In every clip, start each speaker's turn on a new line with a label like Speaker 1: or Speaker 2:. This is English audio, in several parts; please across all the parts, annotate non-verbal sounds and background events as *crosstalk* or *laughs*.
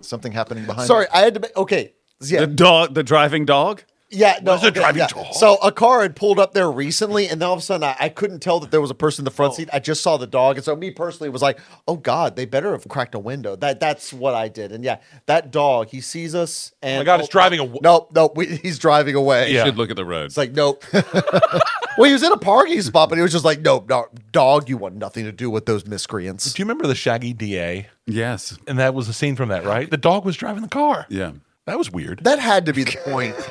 Speaker 1: something happening behind.
Speaker 2: Sorry,
Speaker 1: it.
Speaker 2: I had to. Be, okay, yeah,
Speaker 3: The dog, the driving dog.
Speaker 2: yeah, no,
Speaker 1: Where's the
Speaker 2: okay,
Speaker 1: driving
Speaker 2: yeah.
Speaker 1: dog?
Speaker 2: So a car had pulled up there recently, and then all of a sudden, I, I couldn't tell that there was a person in the front seat. I just saw the dog, and so me personally was like, "Oh God, they better have cracked a window." That that's what I did, and yeah, that dog, he sees us, and
Speaker 4: my God, it's driving aw-
Speaker 2: No, no, we, he's driving away.
Speaker 4: Yeah.
Speaker 3: Should look at the road.
Speaker 2: It's like, nope. *laughs* well, he was in a parking spot, but he was just like, nope, no, dog, you want nothing to do with those miscreants.
Speaker 4: Do you remember the Shaggy DA?
Speaker 3: yes.
Speaker 4: And that was a scene from that, right? The dog was driving the car.
Speaker 3: Yeah.
Speaker 4: That was
Speaker 3: *laughs*
Speaker 4: weird. *laughs*
Speaker 2: That had to be the point. *laughs*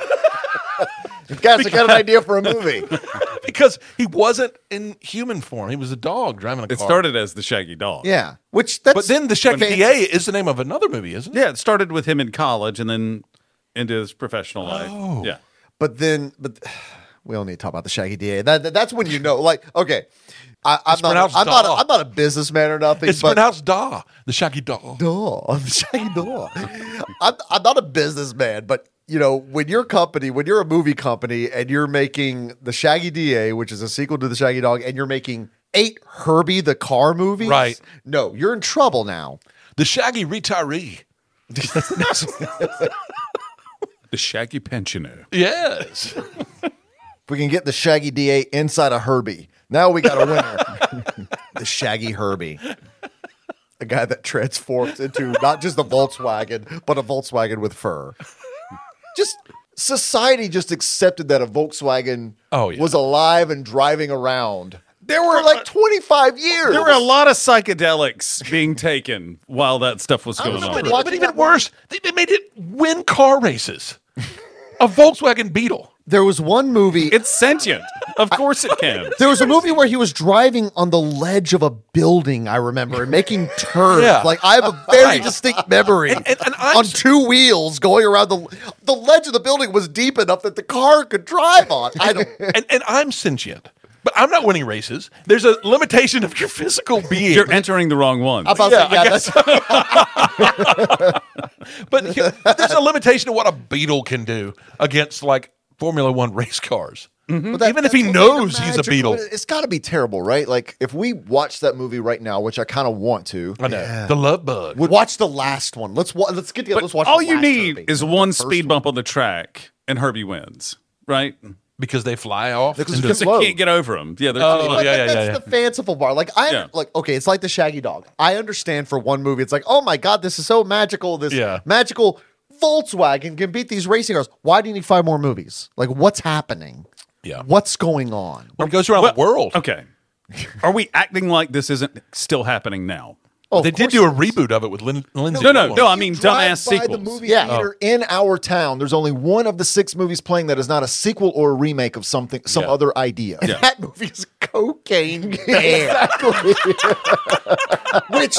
Speaker 2: You've got to get an idea for a movie.
Speaker 4: because he wasn't in human form. He was a dog driving a
Speaker 3: It
Speaker 4: car.
Speaker 3: started as the Shaggy Dog.
Speaker 2: Yeah. Which that's
Speaker 4: But then the Shaggy DA is the name of another movie, isn't it?
Speaker 3: Yeah. It started with him in college and then into his professional life. Oh. Yeah.
Speaker 2: But then but *sighs* we don't need to talk about the Shaggy DA. That, that- that's when you know, like, okay. I, I'm, not,
Speaker 4: pronounced
Speaker 2: I'm, not a,
Speaker 4: dog.
Speaker 2: I'm not a businessman or nothing.
Speaker 4: It's
Speaker 2: but
Speaker 4: pronounced Da, the Shaggy Dog.
Speaker 2: door, *laughs* the shaggy door. I'm, I'm not a businessman, but you know, when your company, when you're a movie company and you're making the Shaggy DA, which is a sequel to the Shaggy Dog, and you're making eight Herbie the Car movies,
Speaker 4: Right.
Speaker 2: No, you're in trouble now.
Speaker 4: The Shaggy Retiree.
Speaker 3: The Shaggy Pensioner. *laughs*
Speaker 4: Yes.
Speaker 1: If we can get the Shaggy DA inside a Herbie, now we got a winner.
Speaker 2: The Shaggy Herbie. A guy that transforms into not just a Volkswagen, but a Volkswagen with fur. Just society just accepted that a Volkswagen
Speaker 4: Oh, yeah.
Speaker 2: was alive and driving around.
Speaker 3: There
Speaker 2: for like 25 years.
Speaker 3: There were a lot of psychedelics being taken while that stuff was going
Speaker 2: know,
Speaker 3: on.
Speaker 4: but,
Speaker 2: Watching
Speaker 4: but even
Speaker 2: that-
Speaker 4: worse, they, they made it win car races. a Volkswagen
Speaker 3: *laughs*
Speaker 4: Beetle.
Speaker 1: there was one movie.
Speaker 3: It's sentient. Of course it can.
Speaker 2: There was a movie where he was driving on the ledge of a building, I remember, and making turns.
Speaker 4: Yeah.
Speaker 2: Like I have a very distinct memory
Speaker 4: and- and I'm
Speaker 2: on
Speaker 4: s-
Speaker 2: two wheels going around the the ledge of the building was deep enough that the car could drive on. I don't
Speaker 4: And, and I'm sentient, but I'm not winning races. There's a limitation of your
Speaker 3: *laughs*
Speaker 4: physical being.
Speaker 3: You're entering the wrong one.
Speaker 2: I'm about
Speaker 4: Yeah,
Speaker 2: to, yeah,
Speaker 4: I
Speaker 2: that's,
Speaker 4: But here- there's a limitation to what a beetle can do against like Formula One race cars.
Speaker 3: Mm-hmm.
Speaker 1: But that-
Speaker 4: Even if he
Speaker 1: that's what made
Speaker 4: knows
Speaker 1: it
Speaker 4: he's a
Speaker 1: magical.
Speaker 4: beetle.
Speaker 1: But It's got to be terrible, right? Like if we watch that movie right now, which I kind of want to.
Speaker 4: I know the love bug.
Speaker 2: watch the last one. Let's wa- let's get together. Let's watch.
Speaker 3: All
Speaker 2: the
Speaker 3: you
Speaker 2: last
Speaker 3: need
Speaker 2: Herbie.
Speaker 3: is one speed bump on the track, and Herbie wins, right?
Speaker 4: because they fly off.
Speaker 1: Because
Speaker 4: into-
Speaker 1: it's
Speaker 3: Because
Speaker 1: low.
Speaker 3: they can't get over him. Yeah, they're
Speaker 4: Oh,
Speaker 3: too
Speaker 4: yeah,
Speaker 3: low.
Speaker 2: But
Speaker 4: yeah,
Speaker 2: that-
Speaker 4: yeah,
Speaker 2: that's
Speaker 4: yeah.
Speaker 2: the fanciful bar. Like I
Speaker 3: Yeah.
Speaker 2: like okay, it's like the Shaggy Dog. I understand for one movie, it's like oh my god, this is so magical. This
Speaker 4: Yeah.
Speaker 2: magical Volkswagen can beat these racing cars. Why do you need five more movies? Like what's happening?
Speaker 4: Yeah.
Speaker 2: what's going on?
Speaker 4: When it goes around the world.
Speaker 3: Okay. Are we acting like this isn't still happening now?
Speaker 2: Oh, of
Speaker 4: they did
Speaker 2: course
Speaker 4: do a
Speaker 2: it is.
Speaker 4: reboot of it with Lin- Lindsay.
Speaker 3: No, no,
Speaker 4: Lohan.
Speaker 3: no. I mean,
Speaker 1: You drive
Speaker 3: dumbass
Speaker 1: by
Speaker 3: sequels.
Speaker 1: The movie
Speaker 2: Yeah.
Speaker 1: theater in our town. There's only one of the six movies playing that is not a sequel or a remake of something, some
Speaker 3: Yeah.
Speaker 1: other idea.
Speaker 3: Yeah.
Speaker 2: *laughs* That movie is cocaine. exactly. *laughs* Which,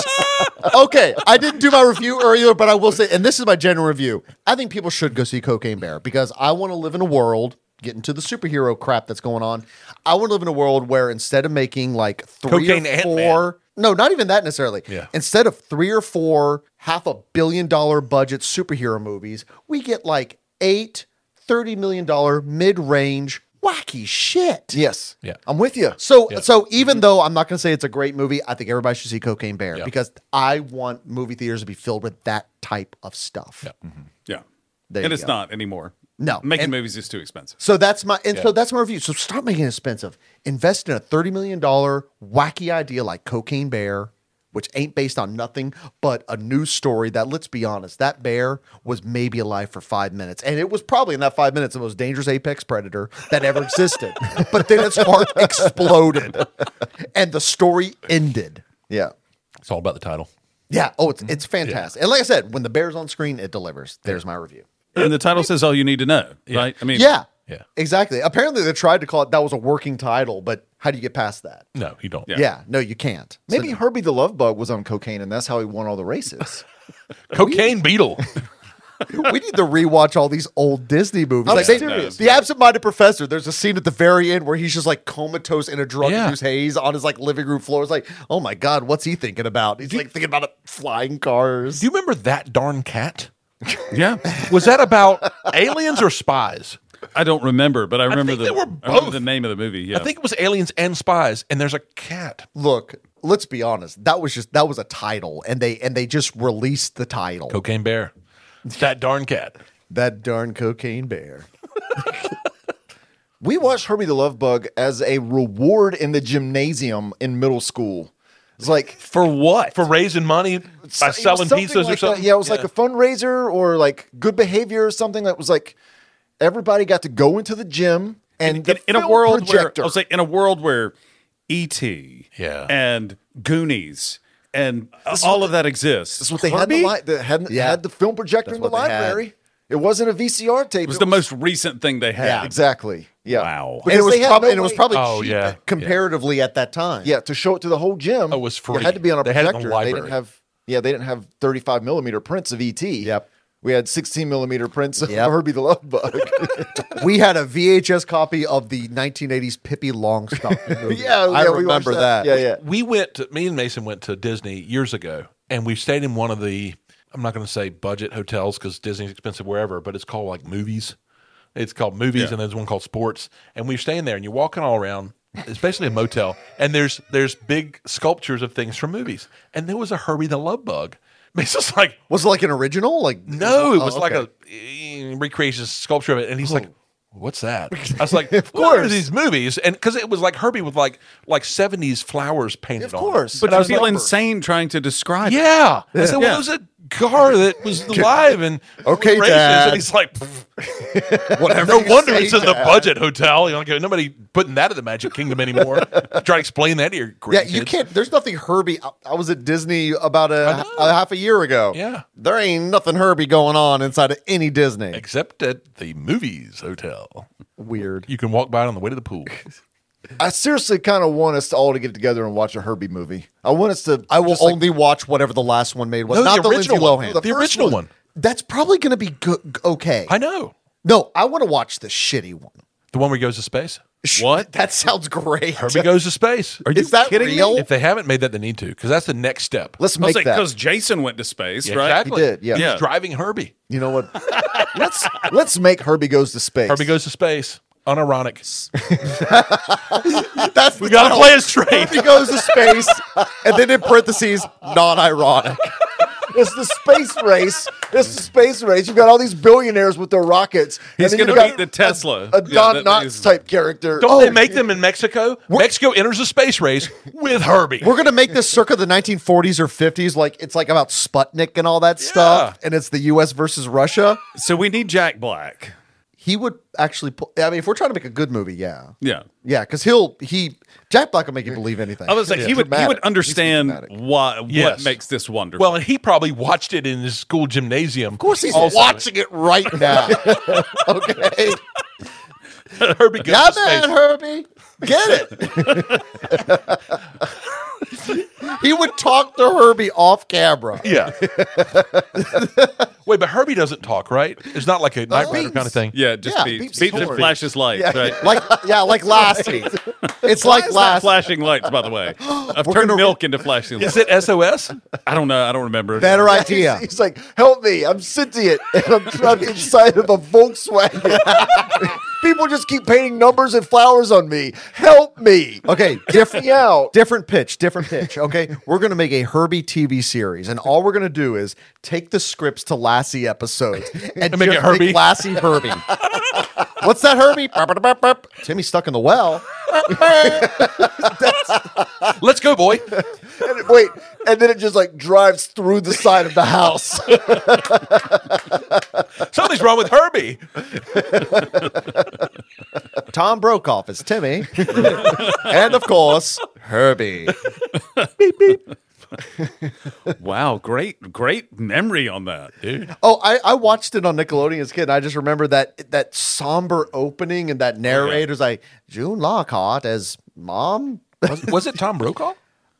Speaker 2: okay, I didn't do my review earlier, but I will say, and this is my general review. I think people should go see Cocaine Bear because I want to live in a world. Get into the superhero crap that's going on. I want to live in a world where instead of making like three
Speaker 4: Cocaine
Speaker 2: or
Speaker 4: Ant-Man.
Speaker 2: four, no, not even that necessarily.
Speaker 4: Yeah.
Speaker 2: Instead of three or four half a billion dollar budget superhero movies, we get like eight $30 million mid range wacky shit.
Speaker 1: Yes.
Speaker 4: Yeah.
Speaker 1: I'm with you.
Speaker 2: So
Speaker 4: Yeah. Mm-hmm.
Speaker 2: so even though I'm not going to say it's a great movie, I think everybody should see Cocaine Bear
Speaker 4: Yeah.
Speaker 2: because I want movie theaters to be filled with that type of stuff.
Speaker 4: Mm-hmm.
Speaker 3: Yeah.
Speaker 2: There
Speaker 3: and
Speaker 2: you
Speaker 3: it's
Speaker 2: go.
Speaker 3: not anymore.
Speaker 2: No.
Speaker 3: Making
Speaker 2: And-
Speaker 3: movies is too expensive.
Speaker 2: So that's my and so
Speaker 4: Yeah.
Speaker 2: that's my review. So stop making it expensive. Invest in a thirty million dollar wacky idea like Cocaine Bear, which ain't based on nothing but a news story that let's be honest, that bear was maybe alive for five minutes, and it was probably in that five minutes the most dangerous apex predator that ever existed. but then its heart exploded, and the story ended.
Speaker 1: Yeah.
Speaker 4: It's all about the title.
Speaker 2: Yeah. Oh, it's it's fantastic. And like I said, when the bear's on screen, it delivers. There's my review.
Speaker 3: And the title says all you need to know, right? I mean,
Speaker 2: Yeah.
Speaker 4: Yeah.
Speaker 2: Exactly. Apparently, they tried to call it that was a working title, but how do you get past that?
Speaker 4: No, you don't.
Speaker 2: Yeah. no, you can't.
Speaker 1: Maybe Herbie the Love Bug was on cocaine and that's how he won all the races.
Speaker 4: Cocaine Beetle.
Speaker 2: we need to rewatch all these old Disney movies.
Speaker 1: I'm
Speaker 2: Like, they-
Speaker 1: serious.
Speaker 2: The Absent-Minded Professor. There's a scene at the very end where he's just like comatose in a drug-induced haze on his like living room floor. It's like, oh my god, what's he thinking about? He's like thinking about uh, flying cars.
Speaker 4: Do you remember that darn cat?
Speaker 3: Yeah.
Speaker 4: Was that about aliens or spies?
Speaker 3: *laughs* I don't remember, but I remember,
Speaker 4: think
Speaker 3: the,
Speaker 4: they were
Speaker 3: I remember
Speaker 4: both.
Speaker 3: the name of the movie. Yeah.
Speaker 4: I think it was aliens and spies, and there's a cat.
Speaker 2: Look, let's be honest, that was just that was a title, and they and they just released the title.
Speaker 4: Cocaine Bear. That darn cat.
Speaker 2: that darn cocaine bear.
Speaker 1: *laughs* We watched Herbie the Love Bug as a reward in the gymnasium in middle school. It's like
Speaker 4: For what? For raising money by selling
Speaker 1: something
Speaker 4: pizzas
Speaker 1: like
Speaker 4: or something?
Speaker 1: That. Yeah, it was like a fundraiser or like good behavior or something that was like everybody got to go into the gym and the
Speaker 3: in, in a
Speaker 1: film
Speaker 3: world
Speaker 1: projector.
Speaker 3: where oh, I'll say in a world where E.T.
Speaker 4: Yeah.
Speaker 3: and Goonies and all of that exists.
Speaker 1: That's what they had, in the
Speaker 3: Herbie?
Speaker 1: li- they had,
Speaker 2: Yeah.
Speaker 1: had the film projector in the
Speaker 2: That's what they had.
Speaker 1: library. It wasn't a VCR tape.
Speaker 3: It was the most recent
Speaker 4: *laughs*
Speaker 3: thing they had.
Speaker 1: yeah, exactly. Yeah.
Speaker 3: Wow.
Speaker 1: Because
Speaker 2: and it was
Speaker 1: they had
Speaker 2: probably
Speaker 1: no
Speaker 2: and it was
Speaker 1: way-
Speaker 2: probably
Speaker 4: Oh,
Speaker 2: cheap
Speaker 4: yeah.
Speaker 2: comparatively at that time.
Speaker 1: yeah to show it to the whole gym.
Speaker 4: Oh, it was
Speaker 1: It had to be on a
Speaker 4: free. They had it in the
Speaker 1: projector. they didn't
Speaker 4: library.
Speaker 1: have yeah they didn't have 35 millimeter prints of ET.
Speaker 2: Yep.
Speaker 1: We had 16 millimeter prints of
Speaker 2: Yep.
Speaker 1: *laughs* Herbie the Love Bug.
Speaker 2: *laughs* we had a VHS copy of the 1980s Pippi Longstocking movie.
Speaker 1: *laughs* yeah,
Speaker 2: I
Speaker 1: yeah, we watched
Speaker 2: remember that.
Speaker 1: Yeah, yeah.
Speaker 4: We went to, me and Mason went to Disney years ago and we stayed in one of the, I'm not going to say budget hotels because Disney's expensive wherever, but it's called like movies. It's called movies
Speaker 3: Yeah.
Speaker 4: and there's one called sports. And we were staying there and you're walking all around. It's basically a motel and there's there's big sculptures of things from movies. And there was a Herbie the Love Bug. *laughs* Mason's like,
Speaker 2: Was it like an original? Like
Speaker 4: No, it was
Speaker 2: Oh,
Speaker 4: like
Speaker 2: okay. Oh,
Speaker 4: a eh, recreation sculpture of it, and he's like, "What's that?" I
Speaker 2: *laughs*
Speaker 4: was like, "Of course, these movies," and because it was like Herbie with like like seventies flowers painted
Speaker 1: Of
Speaker 4: on.
Speaker 1: course.
Speaker 3: But
Speaker 1: I
Speaker 3: you
Speaker 1: was
Speaker 3: feel
Speaker 1: like-
Speaker 3: insane trying to describe
Speaker 4: it.
Speaker 3: it.
Speaker 4: Yeah, I said, "Well,
Speaker 3: Yeah.
Speaker 4: it was a car that
Speaker 2: *laughs*
Speaker 4: was alive and
Speaker 2: Okay,
Speaker 4: racist,"
Speaker 2: Dad.
Speaker 4: And he's like,
Speaker 2: *laughs*
Speaker 4: "Pff,
Speaker 2: whatever.
Speaker 4: "No
Speaker 2: you
Speaker 4: wonder
Speaker 2: say,
Speaker 4: it's in the
Speaker 2: Dad.
Speaker 4: budget hotel." You know, okay, nobody putting that in the Magic Kingdom anymore. *laughs* Try to explain that to your grandkids.
Speaker 2: Yeah, you can't. There's nothing Herbie. I, I was at Disney about a,
Speaker 4: know.
Speaker 2: a half a year ago.
Speaker 4: Yeah.
Speaker 2: there ain't nothing Herbie going on inside of any Disney.
Speaker 4: except at the movies hotel.
Speaker 2: Weird.
Speaker 4: You can walk by it on the way to the pool.
Speaker 1: I seriously kind of want us to all to get together and watch a Herbie movie. I want us to.
Speaker 2: I will
Speaker 1: just, like,
Speaker 2: only watch whatever the last one made was.
Speaker 4: No, the
Speaker 2: not the, Lindsay
Speaker 4: original one.
Speaker 2: Lohan.
Speaker 4: The
Speaker 2: first
Speaker 4: original one.
Speaker 2: That's probably going to be go- okay.
Speaker 4: I know
Speaker 2: no, I want to watch the shitty one.
Speaker 4: the one where he goes to space.
Speaker 3: What?
Speaker 2: That sounds great.
Speaker 4: Herbie goes to space. Are
Speaker 2: you Is that kidding me? real?
Speaker 4: If they haven't made that, they need to because that's the next step.
Speaker 1: let's
Speaker 3: I was
Speaker 1: make
Speaker 3: like,
Speaker 1: that.
Speaker 3: because Jason went to space,
Speaker 4: Yeah,
Speaker 3: right?
Speaker 4: Exactly.
Speaker 1: He did, yeah.
Speaker 4: He's
Speaker 3: Yeah.
Speaker 4: driving Herbie.
Speaker 1: You know
Speaker 2: *laughs*
Speaker 1: what? let's let's make Herbie goes to space.
Speaker 4: Herbie goes to space. Unironic.
Speaker 2: That's
Speaker 4: We gotta play it straight.
Speaker 2: Herbie goes to space, and then in parentheses, non-ironic.
Speaker 1: It's the space race. It's the space race. You've got all these billionaires with their rockets.
Speaker 3: He's
Speaker 1: and then
Speaker 3: going to
Speaker 1: you've
Speaker 3: beat
Speaker 1: got
Speaker 3: the Tesla.
Speaker 1: A Don
Speaker 3: that- that
Speaker 1: Knotts
Speaker 3: is-
Speaker 1: type character.
Speaker 4: Don't
Speaker 2: Oh.
Speaker 4: they make them in Mexico? Mexico enters the space race with Herbie.
Speaker 2: We're gonna make this circa the 1940s or 50s, like it's like about Sputnik and all that stuff, and it's the U.S. versus Russia.
Speaker 3: So we need Jack Black.
Speaker 2: He would actually. Pull, I mean, if we're trying to make a good movie, yeah,
Speaker 3: Yeah.
Speaker 2: yeah, because he'll he Jack Black will make you believe anything.
Speaker 3: I was like, he would he
Speaker 1: Dramatic.
Speaker 3: would
Speaker 1: He's
Speaker 3: understand
Speaker 1: dramatic.
Speaker 3: why, what
Speaker 4: Yes.
Speaker 3: makes this wonderful.
Speaker 4: well, and he probably watched it in his school gymnasium. Of
Speaker 2: course he's watching it right now. *laughs* okay,
Speaker 4: *laughs* Herbie goes
Speaker 2: yeah,
Speaker 4: to space.
Speaker 2: man, Herbie, get it. *laughs* he would talk to Herbie off camera.
Speaker 4: Yeah. *laughs* Wait, but Herbie doesn't talk, right? It's not like a Knight Rider
Speaker 2: beeps.
Speaker 4: kind of thing.
Speaker 3: yeah, just
Speaker 2: yeah,
Speaker 3: beats,
Speaker 2: beeps
Speaker 3: beats and
Speaker 2: forward.
Speaker 3: flashes lights, right?
Speaker 2: Like yeah, like Lassie. It's like
Speaker 3: Stop
Speaker 2: last.
Speaker 3: flashing lights, by the way. I've turned milk into flashing
Speaker 4: Is
Speaker 3: lights.
Speaker 4: it SOS?
Speaker 3: I don't know. I don't remember.
Speaker 1: *laughs*
Speaker 2: Better
Speaker 1: He's-
Speaker 2: idea.
Speaker 1: He's, like, help me. I'm sentient *laughs* and I'm trapped inside of a Volkswagen. *laughs* People just keep painting numbers and flowers on me. Help me.
Speaker 2: Okay, different
Speaker 1: me out.
Speaker 2: different pitch, different pitch. Okay, *laughs* we're gonna make a Herbie TV series, and all we're gonna do is take the scripts to
Speaker 1: *laughs*
Speaker 2: Lassie episodes and,
Speaker 4: make
Speaker 2: just
Speaker 4: it Herbie.
Speaker 2: Lassie
Speaker 4: *laughs*
Speaker 2: Herbie. What's that Herbie? Burp, burp, burp, burp. Timmy's stuck in the well.
Speaker 4: Let's go, boy.
Speaker 1: And it- wait, and then it just like drives through the side of the house.
Speaker 4: Something's wrong with Herbie.
Speaker 2: Tom Brokaw is Timmy, and of course Herbie.
Speaker 3: Wow, great, great memory on that, dude.
Speaker 2: Oh, I, I watched it on Nickelodeon as a kid. And I just remember that that somber opening and that narrator's like June Lockhart as mom.
Speaker 4: Was, was it Tom Brokaw?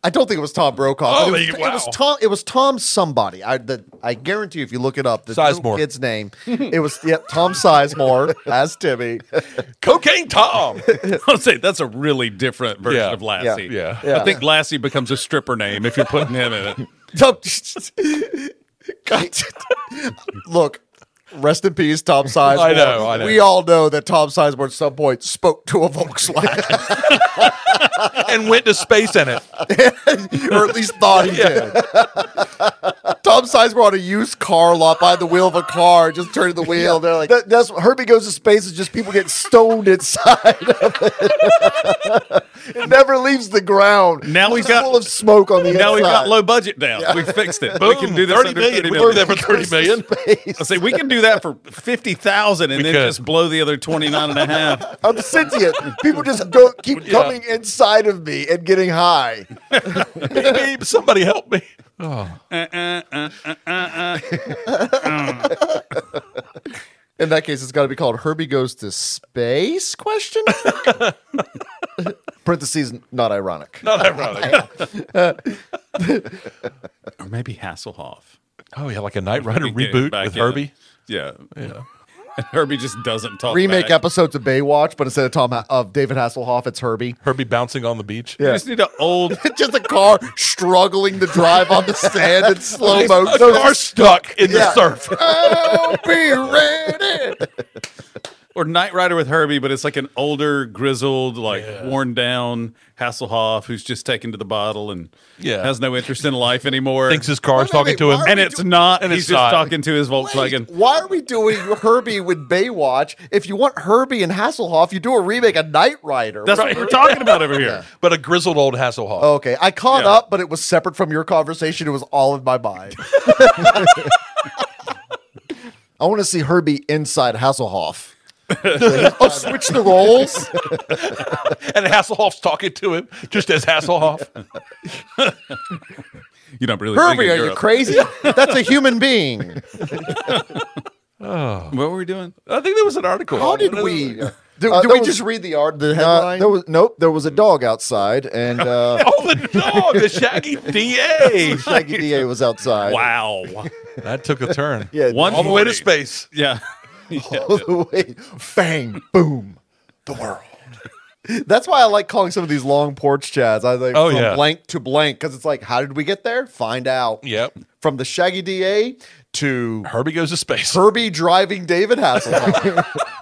Speaker 2: I don't think it was Tom Brokaw.
Speaker 4: Oh,
Speaker 2: but it,
Speaker 4: you-
Speaker 2: was,
Speaker 4: wow.
Speaker 2: it was Tom. It was Tom somebody. I the, I guarantee if you look it up, the little
Speaker 4: Sizemore.
Speaker 2: kid's name. It was yep, Tom Sizemore as Timmy.
Speaker 4: Cocaine Tom.
Speaker 3: *laughs* I'll say that's a really different version
Speaker 4: Yeah,
Speaker 3: of Lassie.
Speaker 4: yeah,
Speaker 2: yeah.
Speaker 3: I think Lassie becomes a stripper name if you're putting him in it.
Speaker 2: Tom- God, look, Rest in peace, Tom Sizemore.
Speaker 4: I know, I know.
Speaker 2: We all know that Tom Sizemore at some point spoke to a Volkswagen,
Speaker 4: and went to space in it.
Speaker 2: or at least
Speaker 4: *laughs*
Speaker 2: thought he did. Tom Sizemore on a used car lot by the wheel of a car, just turning the wheel. They're like,
Speaker 1: That, that's Herbie goes to space is just people getting stoned inside of it. *laughs* it never leaves the ground.
Speaker 3: Now
Speaker 1: It's
Speaker 3: we've
Speaker 1: just
Speaker 3: got-
Speaker 1: full of smoke on the inside.
Speaker 3: Now we've got low budget now. We
Speaker 4: *laughs*
Speaker 3: fixed it. we can do this under 30
Speaker 4: We did
Speaker 3: million.
Speaker 4: that for thirty million.
Speaker 3: I say we can do that for 50,000 and
Speaker 4: We
Speaker 3: then
Speaker 4: could.
Speaker 3: just blow the other 29 and a half.
Speaker 4: *laughs*
Speaker 1: I'm sentient. People just go keep coming inside of me and getting high.
Speaker 4: Beep, Somebody help me. Oh,
Speaker 2: in that case, it's got to be called Herbie Goes to Space? Question. *laughs*
Speaker 1: Parentheses, not ironic.
Speaker 4: not ironic.
Speaker 3: Or maybe Hasselhoff.
Speaker 4: Oh yeah, like a Knight Rider
Speaker 3: We get
Speaker 4: reboot
Speaker 3: back
Speaker 4: with
Speaker 3: in it.
Speaker 4: Herbie.
Speaker 3: Yeah. Yeah. *laughs* And Herbie just doesn't talk.
Speaker 2: Remake
Speaker 3: back.
Speaker 2: episodes of Baywatch, but instead of Tom Ha- of David Hasselhoff, it's Herbie.
Speaker 4: Herbie bouncing on the beach.
Speaker 3: You just need an old.
Speaker 2: just a car struggling to drive on the sand in slow
Speaker 4: A
Speaker 2: motion.
Speaker 4: car stuck in the
Speaker 2: Yeah.
Speaker 4: surf.
Speaker 2: Oh, be ready.
Speaker 3: Or Knight Rider with Herbie, but it's like an older, grizzled, like
Speaker 4: Yeah.
Speaker 3: worn down Hasselhoff who's just taken to the bottle and
Speaker 4: Yeah.
Speaker 3: has no interest in life anymore.
Speaker 4: Thinks his car's
Speaker 2: Wait,
Speaker 4: talking
Speaker 2: wait,
Speaker 4: to him.
Speaker 2: why are
Speaker 3: and
Speaker 2: we
Speaker 3: it's not. And
Speaker 4: and
Speaker 3: he's
Speaker 4: it's
Speaker 3: just
Speaker 4: not.
Speaker 3: talking to his Volkswagen.
Speaker 2: Wait, why are we doing Herbie with Baywatch? If you want Herbie and Hasselhoff, you do a remake of Knight Rider.
Speaker 3: That's what we're talking about over here.
Speaker 4: But a grizzled old Hasselhoff.
Speaker 2: okay, I caught
Speaker 3: Yeah.
Speaker 2: up, but it was separate from your conversation. It was all in my *laughs* mind.
Speaker 1: I want to see Herbie inside
Speaker 2: *laughs*
Speaker 1: Hasselhoff.
Speaker 2: oh, switch the *laughs* roles. Oh.
Speaker 4: And Hasselhoff's talking to him just as Hasselhoff.
Speaker 3: You don't really.
Speaker 2: Herbie,
Speaker 3: think
Speaker 2: are
Speaker 3: in
Speaker 2: you
Speaker 3: Europe.
Speaker 2: crazy? *laughs* That's a human being.
Speaker 3: What were we doing?
Speaker 4: I think there was an
Speaker 2: *laughs*
Speaker 4: article.
Speaker 2: How did we? Did,
Speaker 1: Uh,
Speaker 2: did
Speaker 1: that
Speaker 2: we
Speaker 1: was-
Speaker 2: just read the art, the
Speaker 1: Uh,
Speaker 2: headline?
Speaker 1: there was nope. There was a dog outside, and
Speaker 2: *laughs*
Speaker 1: uh,
Speaker 4: *laughs* Oh, the dog, the Shaggy *laughs* DA.
Speaker 1: Shaggy Da was outside.
Speaker 3: Wow.
Speaker 2: *laughs*
Speaker 4: That took a turn.
Speaker 1: Yeah,
Speaker 3: One
Speaker 4: All the way to
Speaker 3: 40.
Speaker 4: space.
Speaker 3: Yeah. *laughs*
Speaker 2: all the way. Bang, boom, the world. That's why I like calling some of these long porch chats. I like
Speaker 4: Oh,
Speaker 2: from
Speaker 4: yeah.
Speaker 2: blank to blank because it's like, how did we get there? Find out.
Speaker 4: Yep.
Speaker 2: From the Shaggy DA to
Speaker 4: Herbie goes to space.
Speaker 2: Herbie driving David Hasselhoff.